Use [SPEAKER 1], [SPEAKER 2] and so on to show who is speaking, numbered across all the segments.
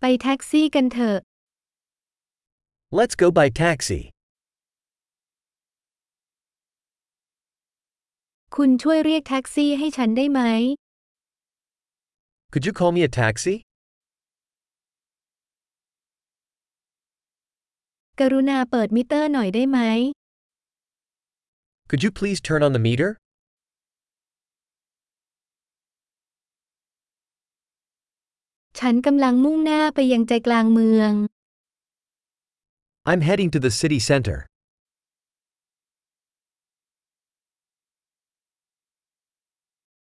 [SPEAKER 1] ไปแท็กซี่กันเถอะ
[SPEAKER 2] Let's go by taxi.
[SPEAKER 1] คุณช่วยเรียกแท็กซี่ให้ฉันได้ไหม
[SPEAKER 2] Could you call me a taxi?
[SPEAKER 1] กรุณาเปิดมิเตอร์หน่อยได้ไหม
[SPEAKER 2] Could you please turn on the meter?
[SPEAKER 1] ฉันกำลังมุ่งหน้าไปยังใจกลางเมือง
[SPEAKER 2] I'm heading to the city center.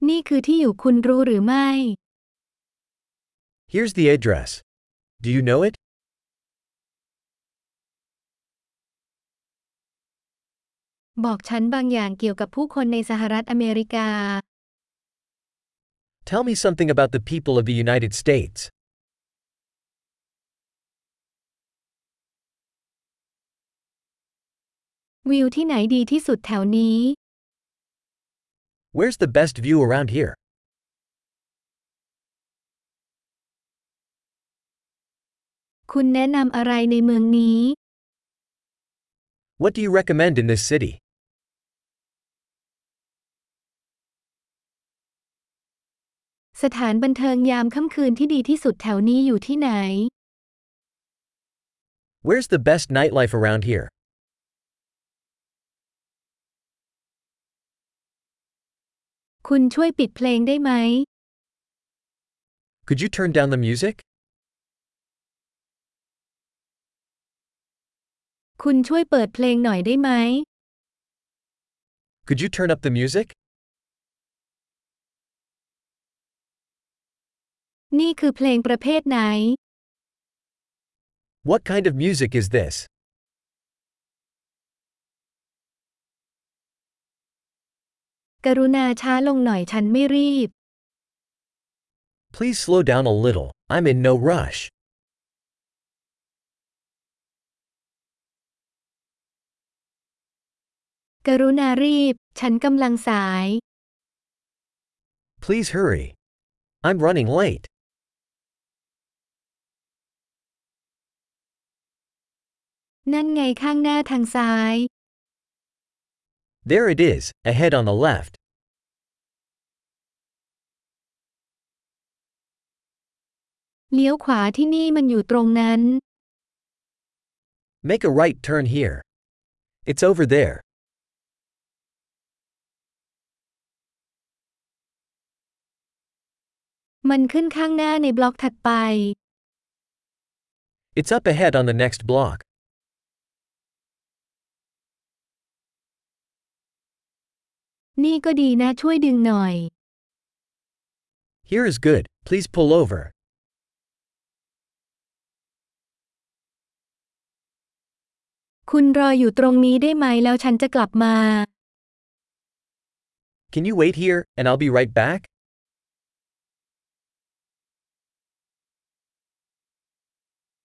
[SPEAKER 1] นี่คือที่อยู่คุณรู้หรือไม่
[SPEAKER 2] Here's the address. Do you know it?
[SPEAKER 1] บอกฉันบางอย่างเกี่ยวกับผู้คนในสหรัฐอเมริกา
[SPEAKER 2] Tell me something about the people of the United States.
[SPEAKER 1] วิวที่ไหนดีที่สุดแถวนี้
[SPEAKER 2] Where's the best view around here?
[SPEAKER 1] คุณแนะนำอะไรในเมืองนี้
[SPEAKER 2] What do you recommend in this city?
[SPEAKER 1] สถานบันเทิงยามค่ำคืนที่ดีที่สุดแถวนี้อยู่ที่ไหน
[SPEAKER 2] Where's the best nightlife around here?
[SPEAKER 1] คุณช่วยปิดเพลงได้ไหม
[SPEAKER 2] Could you turn down the music?
[SPEAKER 1] คุณช่วยเปิดเพลงหน่อยได้ไหม
[SPEAKER 2] Could you turn up the music?
[SPEAKER 1] นี่คือเพลงประเภทไหน
[SPEAKER 2] What kind of music is this?
[SPEAKER 1] กรุณาช้าลงหน่อยฉันไม่รีบ
[SPEAKER 2] Please slow down a little. I'm in no rush.
[SPEAKER 1] กรุณารีบ ฉันกำลังสาย
[SPEAKER 2] Please hurry. I'm running late.
[SPEAKER 1] นั่นไงข้างหน้าทางซ้าย
[SPEAKER 2] There it is, ahead on the left.
[SPEAKER 1] เลี้ยวขวาที่นี่มันอยู่ตรงนั้น
[SPEAKER 2] Make a right turn here. It's over there.
[SPEAKER 1] มันขึ้นข้างหน้าในบล็อกถัดไป
[SPEAKER 2] It's up ahead on the next block.
[SPEAKER 1] นี่ก็ดีนะช่วยดึงหน่อย
[SPEAKER 2] Here is good, please pull over.
[SPEAKER 1] คุณรออยู่ตรงนี้ได้ไหมแล้วฉันจะกลับมา
[SPEAKER 2] Can you wait here, and I'll be right back?